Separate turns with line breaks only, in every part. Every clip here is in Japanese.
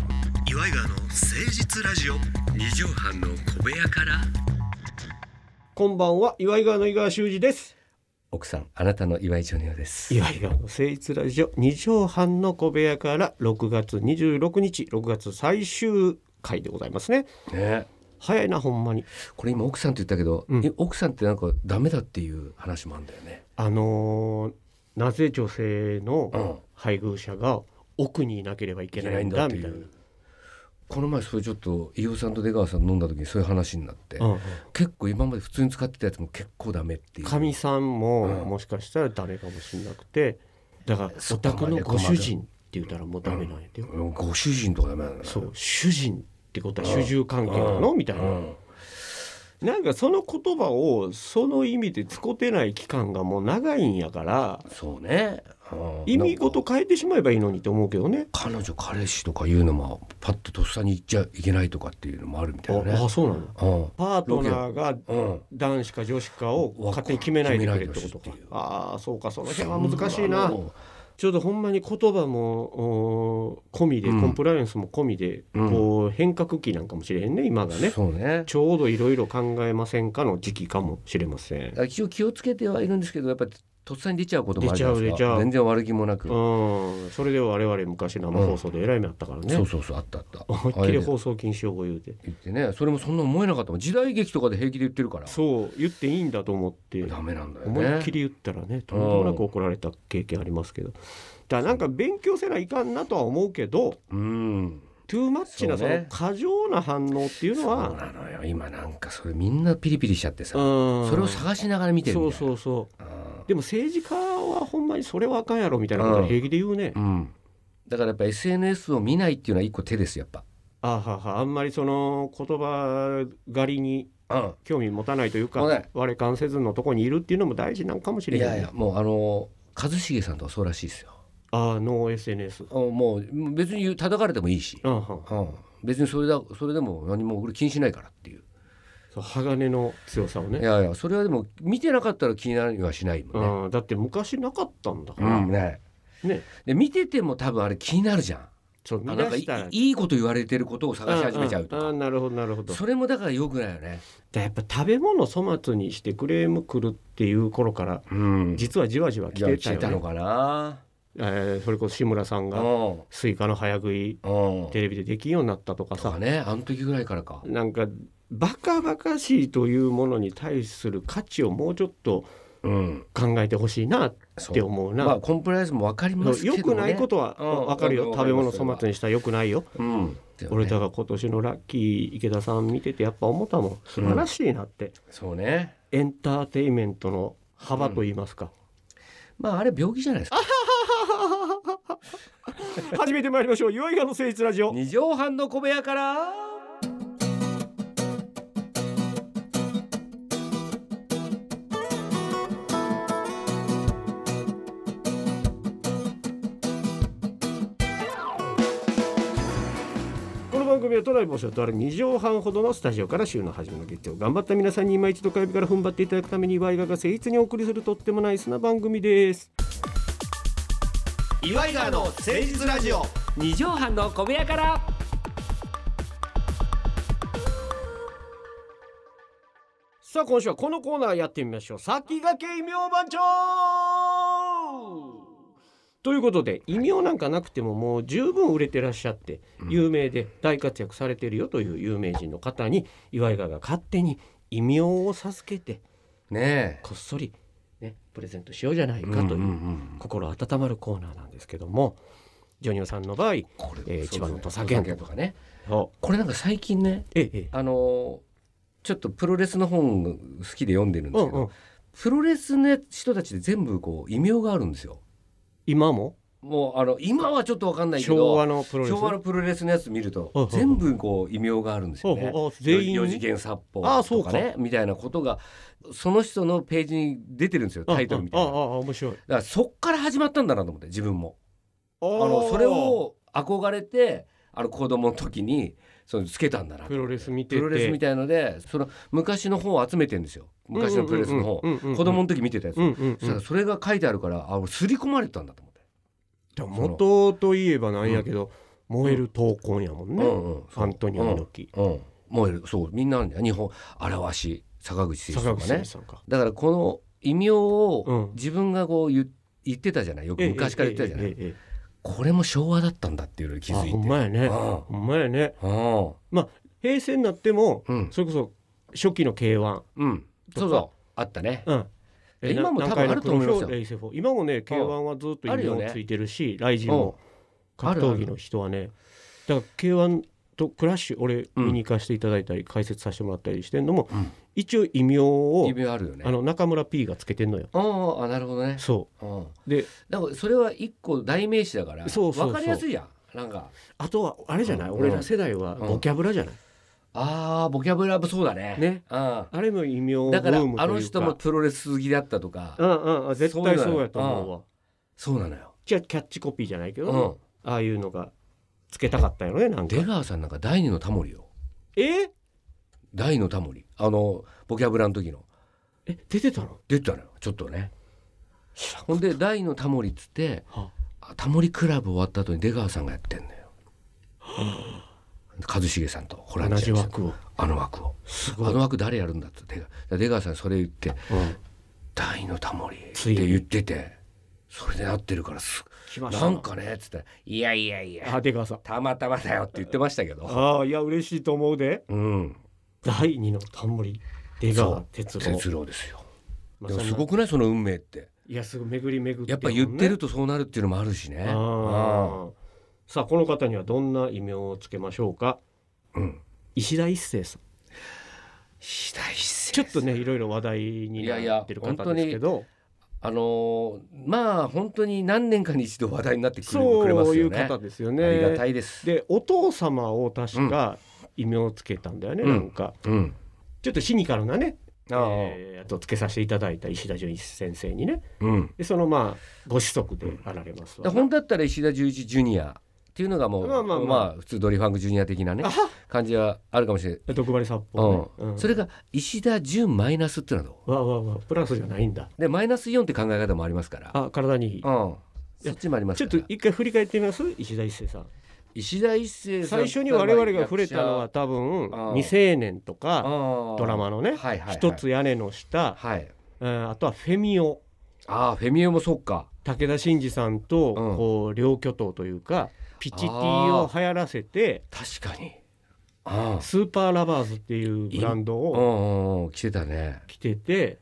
イガーの誠実ラジオ
二畳半の小部屋から
こんばんは岩井川の井川修司です
奥さんあなたの岩井ジョニオです
岩井川の誠実ラジオ二畳半の小部屋から6月26日6月最終回でございますね
ね
早いなほんまに
これ今奥さんって言ったけど、
うん
え奥さんってなんかダメだっていう話もあるんだよね
あのーなぜ女性
うん
の配偶者が奥にいなければいけないんだ
って
み
い
たいな
うこの前それちょっと伊予さんと出川さん飲んだ時にそういう話になって、
うんうん
結構今まで普通に使ってたやつも結構ダメっていう
かみ、さん
う
も
ん
もしかしたらダメかもしれなくてだから
そ
お
こま
宅
で
の
困
ご
る
主人って言ったらもうダメなんやで、
うんご主人とかダメなんだ
そうう主人ってことは主従関係なのみたいな、
うん
なんかその言葉をその意味で使ってない期間がもう長いんやから
そうね、うん
意味ごと変えてしまえばいいのにと思うけどね。
彼女彼氏とかいうのもパッととっさに言っちゃいけないとかっていうのもあるみたいな
あ
ね
あそうなの
うん
パートナーが
うん
男子か女子かを勝手に決めないでくれってこと
決め
か
ないでほしいっていう
ああそうかその辺は難しい
そ
な
んの
ちょっとほんまに言葉もおー込みで、
うん
コンプライアンスも込みで、
うん
こう変革期なんかもしれへんね今がね
そうね
ちょうどいろいろ考えませんかの時期かもしれません。
一応気をつけてはいるんですけどやっぱりとっさに出ちゃうこともあるじゃないで
出
す
ちゃう出ち
か
ゃう
全然悪気もなく、
うん、それで我々昔生放送でえらい目あったからね、
そうそうそうあったあった
思いっきり
あれで
放送禁止用語言うて
言ってねそれもそんな思えなかったもん時代劇とかで平気で言ってるから
そう言っていいんだと思って
ダメなんだよ
思いっ
ね
きり言ったらねとんでもなく怒られた経験ありますけどだからなんか勉強せないかんなとは思うけど
うん
トゥーマッチな
そ
そうの
ね
過剰な反応っていうの
そう
は
なのよ今なんかそれみんなピリピリしちゃってさ、
そ
それを探しながら見てる
そ
み
う
たいな
そうそう
うん
でも政治家はほんまにそれはあかんやろみたいなことは平気で言うね、
うん、だからやっぱ SNS を見ないっていうのは一個手ですやっぱ。
あははあんまりその言葉狩りに
うん
興味持たないというか
ごめん
我関せずのとこにいるっていうのも大事なんかもしれ
い
ない
やいやもうあの一茂さんとかそうらしいですよ。
ああノー SNS
あもう別に叩かれてもいいし、
あは
うん、別にそれだそれでも何も俺気にしないからっていう。
そう鋼の強さをね
いやいやそれはでも見てなかったら気になりはしないもんね。
うんだって昔なかったんだ
う
から、
んね
ね
で見てても多分あれ気になるじゃん。
そう見
あなんか
出
い
したら
いいいこと言われてることを探し始めちゃうと
んんあ
か。
ーなるほどなるほどだか
それもだから良くないよね。
らやっぱ食べ物粗末にしてクレーム来るっていう頃から
うん
実はじわじわ来
いや
て
来て
た
た
よ、
のか
ね
な。
えーそれこそ志村さん
う
が
ん。
スイカの早食い
うん。
テレビでできんようになったとか
とか
さ
ねあの時ぐらいからか。
なんかバカバカしいというものに対する価値をもうちょっと
うん。
考えてほしいなっ
そう
て思うな
まあコンプライアンスもわかりますけど
良
ね。
くないことは
うん
分かる
う
よ
ん
食べ物粗末にしたら良くないよ
うん。
俺だ
が
から今年のラッキー池田さん見ててやっぱ思ったもん素晴らしいなって、
そうね。
エンターテインメントの幅と言いますか、
まああれ病気じゃないですか。
始めてまいりましょう岩井川の誠実ラジオ
二畳半の小部屋から。
この番組は都内某所とある2畳半ほどのスタジオから週の初めの月曜頑張った皆さんに今一度火曜日から踏ん張っていただくために岩井川が誠実にお送りするとってもナイスな番組です
岩井川の誠実ラジオ。二畳半の小部屋から。
さあ今週はこのコーナーやってみましょう先駆け異名番長ということで異名なんかなくてももう十分売れてらっしゃって
うん
有名で大活躍されてるよという有名人の方に岩井川が勝手に異名を授けて
ねえ。
こっそり、ね、プレゼントしようじゃないかと
う
い
んうん
う
うん
心温まるコーナーなんですけどもジョニオさんの場合
これ
えー
そうそう
一番の土佐健
とかね。
お
これなんか最近ね
ええ
あのーちょっとプロレスの本好きで読んでるんで
う
す
ん
けど、
うん、
プロレスの人たちで全部こう異名があるんですよ。
今も
もうあの今はちょっとわかんないけど
昭和のプロレス
昭和のプロレスのやつ見ると
はいはいはい
全部こう異名があるんですよね。
ああ全員
4
に
次元殺法
ああそ
と
う
か
か
ねみたいなことがその人のページに出てるんですよタイトルみたいな。
ああ
だか
ああ面白い
らそっから始まったんだなと思って自分も。
あ
あのそれを憧れてあの子供の時にそのつけたんだなと
プロレス見
プ
てて
ロレスみたいのでその昔の本を集めてんですよ昔のプロレスの本、
うんうんうんうん
子供の時見てたやつ、
うんうん
そしたらそれが書いてあるからあ俺刷り込まれてたんだと思って。
元といえばなんやけど、燃える闘魂やもんね、
うんうんそう
アントニオ猪木、
うん、燃えるそうみんなあるんだよ日本荒鷲坂口誠二と
坂口
か
誠
ね
二さんか、
だからこの異名
うん
を自分がこう言言ってたじゃないよく
ええ
昔から言ってたじゃない、
えええええ
これも昭和だったんだっていうのに気
え
づいて
あほんまやね
あ
ほんまやね
ああ
平成になっても
あうん
それこそ初期の K1、
うんそうそうあったね
うん、
え今も多分あると思いますよ
南海の黒豹 ASF4 今もね K1 はずっと
ある
異
よね
名ついてるしライジン
うん
も格闘技の人はねだから K1 とクラッシュ俺
うん
見に行かせていただいたり解説させてもらったりしてんのも、
うん
一応異名を
異名あるよね
あの中村 P がつけてんのよ。
ああなるほどね
そ
うん
うで
だからそれは一個代名詞だから
そうそうそう
分かりやすいじゃんなんか
あとはあれじゃない、
うん
俺ら世代は
うん
ボキャブラじゃない、
ああボキャブラブそうだね
ね
うん
あれも異名ブームとい
だ
う
か
から
あの人もプロレス好きだったとか
うんうんうん絶対そうやと思うわ
そうなのよ
じゃあキャッチコピーじゃないけど、
うん
ああいうのがつけたかったよねなんか
出川さんなんか第二のタモリよ
え
第二のタモリあのボキャブラの時の
え出てたの
出てたのよちょっとねほんで第二のタモリっつって
は
あタモリクラブ終わった後に出川さんがやってんのよ一茂さんとホラン
同
千秋
じ
さん
枠を
あの枠を
す
あ
ごい、
の枠誰やるんだって出川出川さんそれ言って
うん
「大のタモリ」って
ついに
言っててそれでなってるからす
来ました
なんかねっつったら「いやいやい
あ
や
出川さん
たまたまだよ」って言ってましたけど
ああいや嬉しいと思うで
うん
第二のタモリ出川哲郎
哲郎ですよ
まあ
でも
そん
す
な
ごくないその運命って
いやすごい巡り巡って
やっぱ
もんね
言ってるとそうなるっていうのもあるしねあ
ああさあこの方にはどんな異名をつけましょうか
あうん
石田一生さん
石田一生
ちょっとねいろいろ話題になってる方ですけど
あのーまあ本当に何年かに一度話題になってくれくれま
そう
す
い
よ
う
ね
方ですよ
ありが
ね
たいです
でお父様を確か異名をつけたんだよね、
うん
なんか
うん
ちょっとシニカルなね
ああ
えーやつをつけさせていただいた石田純一先生にね
うん
でそのまあご子息であられますわ
だ
な、
本当だったら石田純一ジュニアっていうのがもうま
まあ
あ
まあまあ
普通ドリファンクジュニア的なね
あ
感じはあるかもしれない、
毒針殺
う
法ね、
ん
うん
それが石田純マイナスっていうのはど
わあわあわあプラスじゃないんだ
うでマイナス4って考え方もありますから
あ体にいい
うんそっちもあります
ちょ
か
っと
ら
一回振り返ってみます石田一生さん
石田一生さん
最初に我々が触れたのは多分
ああ
未成年とか
ド
ドラマのね
はいはいはい
一つ屋根の下、
はい
うんあとはフェミオ
ああフェミオもそっか
武田真治さん
う
と
ん
こう両巨頭というかピチティを流行らせて
確かにあ
スーパーラバーズっていうブランド
あう
を
んうんうん着てたね
着てて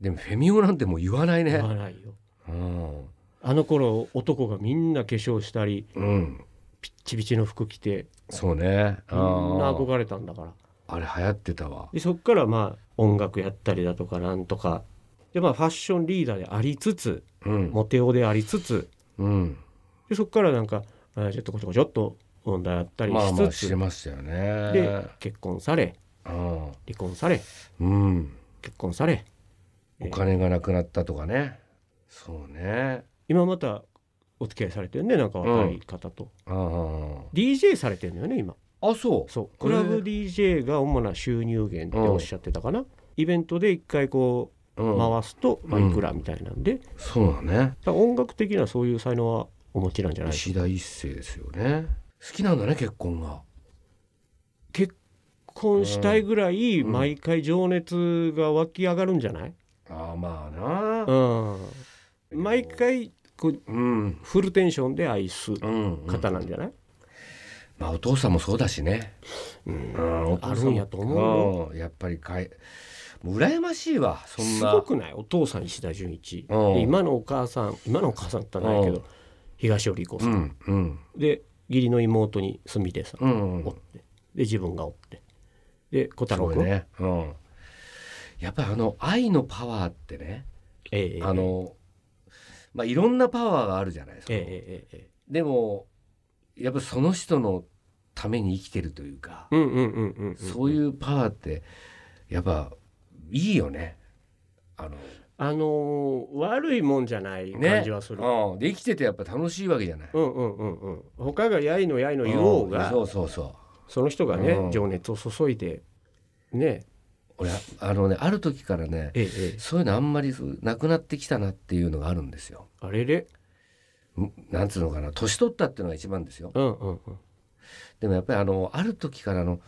でもフェミオなんてもう言わない
言
ね
わないよ
うん
あの頃男がみんな化粧したり
うん
ピッチピチの服着て
そうね
みんな
あ
憧れたんだから
ああれ流行ってたわ
でそっからまあ音楽やったりだとかなんとかでまあファッションリーダーでありつつ
うん
モテ男でありつつ
うん
でそっからなんかあーちょっとこちょこちょっと問題あったり
まあまあ
しつ
して
つ
ましたよ
で
ね
結婚され
うん
離婚され
うん
結婚され
お金がなくなったとかねそうね
今またお付き合いされてるねなんか若い方と、
あ
DJ されてるのよね今
あそう
そうクラブ
へ
DJ が主な収入源って
うん
おっしゃってたかな、イベントで一回こう
うん
回すと、まあ、
うん
いくらみたいなんで、だか
そうだね
ら音楽的なそういう才能はお持ちなんじゃない
石田一生ですよね好きなんだね結婚が
結婚したいぐらい
うん
毎回情熱が湧き上がるんじゃない、
ああまあ
う
なん
毎回こう
うん
フルテンションで愛す
うん
方なんじゃない、
まあお父さんもそうだしね
うん
うんお父
ある
さ
ん
ん
や
も
と思うよ
うんやっぱりかいもう羨ましいわそん
す
な
ごくないお父さん石田純一、
うん
で今のお母さん今のお母さんって言ったらないけど、
うん
東尾理子
う
さん、
んうん
で義理の妹にすみれさん、
うん
おってで自分がおってで小太
そ
郎
う
君、
ねうんやっぱりあの愛のパワーってね
ええ
あのまあいろんなパワーがあるじゃないですか
ええええええ
でもやっぱその人のために生きてるというか
うんうんうんうんうん
そういうパワーってやっぱいいよね。あの
あのー悪いもんじゃない
ね
感じはする、
うん、で生きててやっぱ楽しいわけじゃない。
うんうんうんうん他がやいのやいの言おうが、
んそうそうそう。
その人がね、
うん
情熱を注いでね
俺あのねある時からね
ええええ
そういうのあんまりそうなくなってきたなっていうのがあるんですよ。
あれれ、
んなんつうのかな年取ったっていうのが一番ですよ
うんうんうん
でもやっぱりあのある時からあの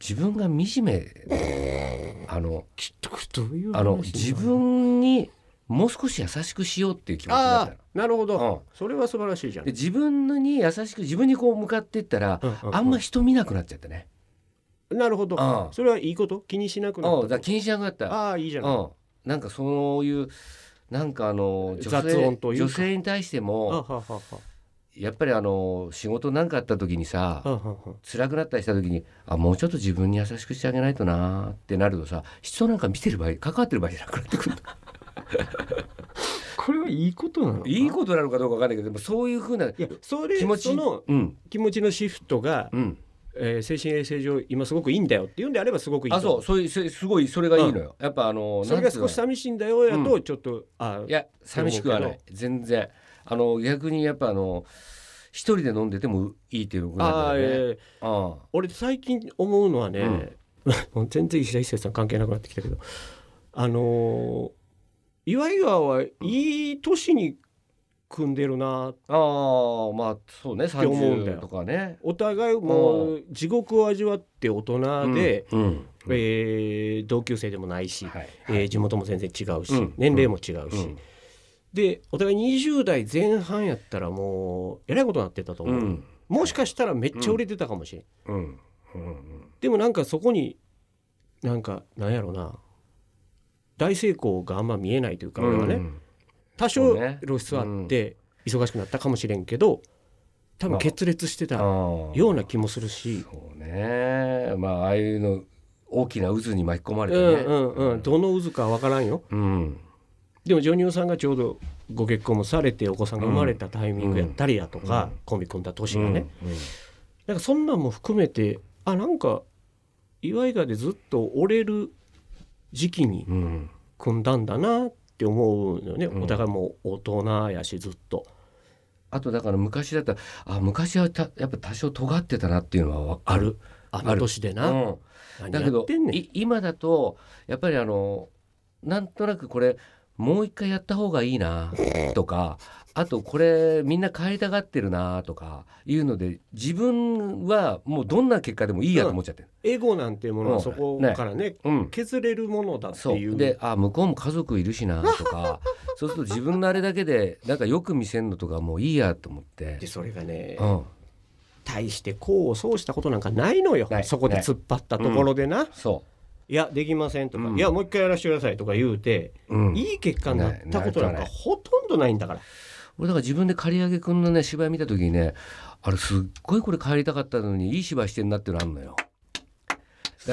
自分が惨めあの
ちょっとどういう話
あの自分にもう少し優しくしようっていう気持ちになった
あ
の
あなるほど、
うん
それは素晴らしいじゃん
で自分に優しく自分にこう向かっていったら、
うんうんうん
あんま人見なくなっちゃってね、
なるほど、
うん
それはいいこと気にしなく
うん、
な
だ
っ
から気にしなくなったた
ああいいじゃない、
うん、なんかそういうなんかあの女
雑音
性
というか
女性に対して
あは
も
ははは
やっぱりあの仕事なんかあった時にさ
あはは
辛くなったりした時にあもうちょっと自分に優しくしてあげないとなーってなるとさ人なんか見てる場合関わってる場合じゃなくなってくる
これはいいことな の
いい
と
ことなのかどうかわかんないけどでもそういうふうない
やそれ
気持ち
その
うん
気持ちのシフトが、
うん
えー精神衛生上今すごくいいんだよっていうんであればすごくいいと
あそうそういうそれすごいそれがいいのよ、やっぱあの
それ
なん
が
つうの
少し寂しいんだよやとちょっと、あ
いや寂しくはな
そう
い全然あの逆にやっぱあの一人で飲んでてもいいっていうことなん
あ
だ
ー、え
よね
ー
あ
俺最近思うのはね、
うん
もう全然石田一生さん関係なくなってきたけどあのー、岩井川はいい年に組んでるな
あーまあそうね
て思うんだよ
30とかね
お互いもう地獄を味わって大人で、
うんうん
えー同級生でもないし、
はい
えー地元も全然違うし、
うん
年齢も違うし、
うん
でお互い20代前半やったらもうえらいことになってたと
う
思う、
ん
もしかしたらめっちゃ売れてたかもしれん、
うんうん
でもなんかそこになんかなんやろな大成功があんま見えないというか、俺はね多
そ
少
うね
露出あって忙しくなったかもしれんけど多分決裂して
あ
た
ー
ような気もするし、
そうねまあああいうの大きな渦に巻き込ま
う
れ
ん
て
う
ね
んうん、どの渦かわからんよ
うん
でもジョニオさんがちょうどご結婚もされてお子さんが生まれたタイミングやったりやとか、
うん
コンビ組んだ年
う
がね、
んうん
なんかそんなんも含めてあなんか岩井川でずっと折れる時期に
うん
組んだんだなって思うのよね、
うん
お互いもう大人やしずっと
あとだから昔だったらあ昔はたやっぱ多少尖ってたなっていうのはわ
あるあの年でな、
うん
何
だけ
や
ど
ってんねん
い今だとやっぱりあのなんとなくこれもう一回やった方がいいなとかあとこれみんな帰りたがってるなとかいうので自分はもうどんな結果でもいいやと思っちゃってる。
エゴなんていうもの
う
は
ん
そこからね
うん
削れるものだって
そ
いう
うであ向こうも家族いるしなとか そうすると自分のあれだけでなんかよく見せんのとかもういいやと思って
で、それがね、
うん、
大して功を奏したことなんかないのよ
ない
そこで
ない
突っ張ったところでな、い
そ
やできませんとか、
うん
いやもう一回やらせてくださいとか言うて、
う、うん、
いい結果になったことなん
ない
か
ない
ほとんどないんだから
俺だから自分で刈り上げくんのね芝居見た時にねあれすっごいこれ帰りたかったのにいい芝居してんなっていうのあんのよだか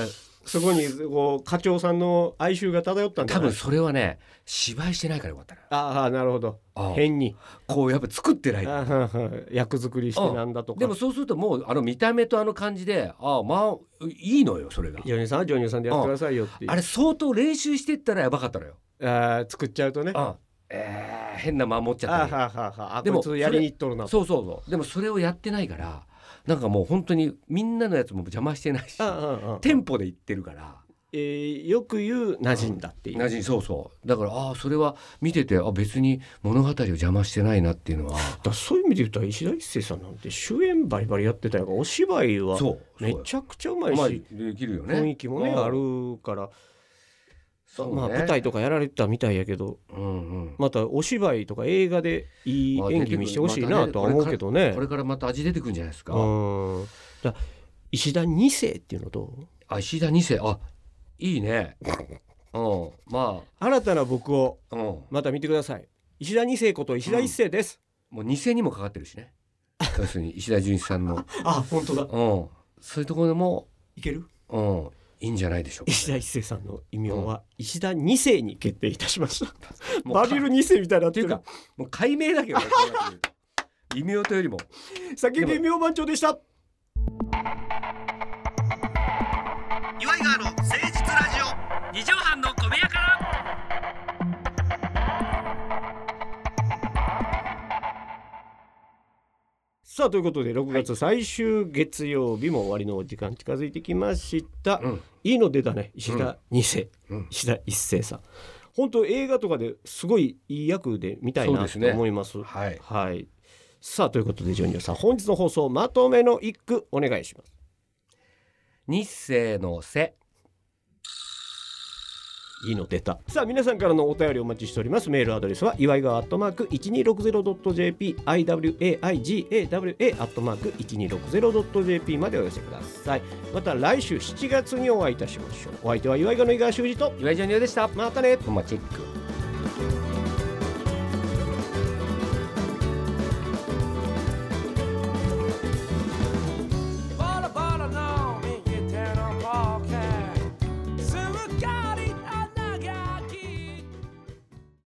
ら
そこにこう課長さんの哀愁が漂ったんだ
多
から
分それはね芝居してないからよかったな
ああなるほど
ああ
変に
こうやっぱ作ってない
ああ 役作りしてなんだとか
でもそうするともうあの見た目とあの感じでああまあいいのよそれが
ジョニーさんはジョニーさんでやってくださいよっていう
あれ相当練習してったらやばかったのよ
あー作っちゃうとねあ
ああえー変な間持っち
ー
ゃ
は
っ
ー
たり
はーはーあ
でも
こいつやりにいっとるなあ
そうそうそうでもそれをやってないからなんかもう本当にみんなのやつも邪魔してないし
あああ
テンポで行ってるから
えーよく言う馴染んだっていう
なじそうそうだからああそれは見ててあ別に物語を邪魔してないなっていうのは
だからそういう意味で言ったら石田一生さんなんて主演バリバリやってたやからお芝居は
そう
めちゃくちゃうま
う
い
ま
し
いできるよね
雰囲気もね
うん
あるから
そうね
まあ舞台とかやられてたみたいやけど
うんうん
またお芝居とか映画でいい演技見してほしいなとは思うけどね
こ。れからまた味出てくるんじゃないですか、
うんだから石田二世っていうのと
あ石田二世あいいね うんま
新たな僕を
あうんも
また見てください石田二世こと石田一世です、
う二世にもかかってるしね要するに石田純一さんの
あ本当だ
うんそういうところでも
いける
うんいいんじゃないでしょうか
石田一世さんの異名は石田二世に決定いたしました、
もう
バビル二世みたいになってる
ってもう解明だ けどねこうなってくると異名というよりも
叫び妙番長でした
岩井川の誠実ラジオ
二畳半の小部屋から
さあということで6月最終月曜日も終わりのお時間近づいてきました、
うん
いいの出たね石田二世、
うん
石田一世さん本当映画とかですごいいい役で見たい
そう
な
です
と
ね
思います。
はい
はい。さあということでジョニオさん本日の放送まとめの一句お願いします。
日清のせ
いいの出た。さあ皆さんからのお便りお待ちしております。メールアドレスは祝いがアットマーク一二六ゼロドット jp i w a i g a w a アットマーク一二六ゼロドット jp までお寄せください。また来週7月にお会いいたしましょう。お相手は祝いがの井川修司と
岩井ジョニオでした
またね。
トマチェック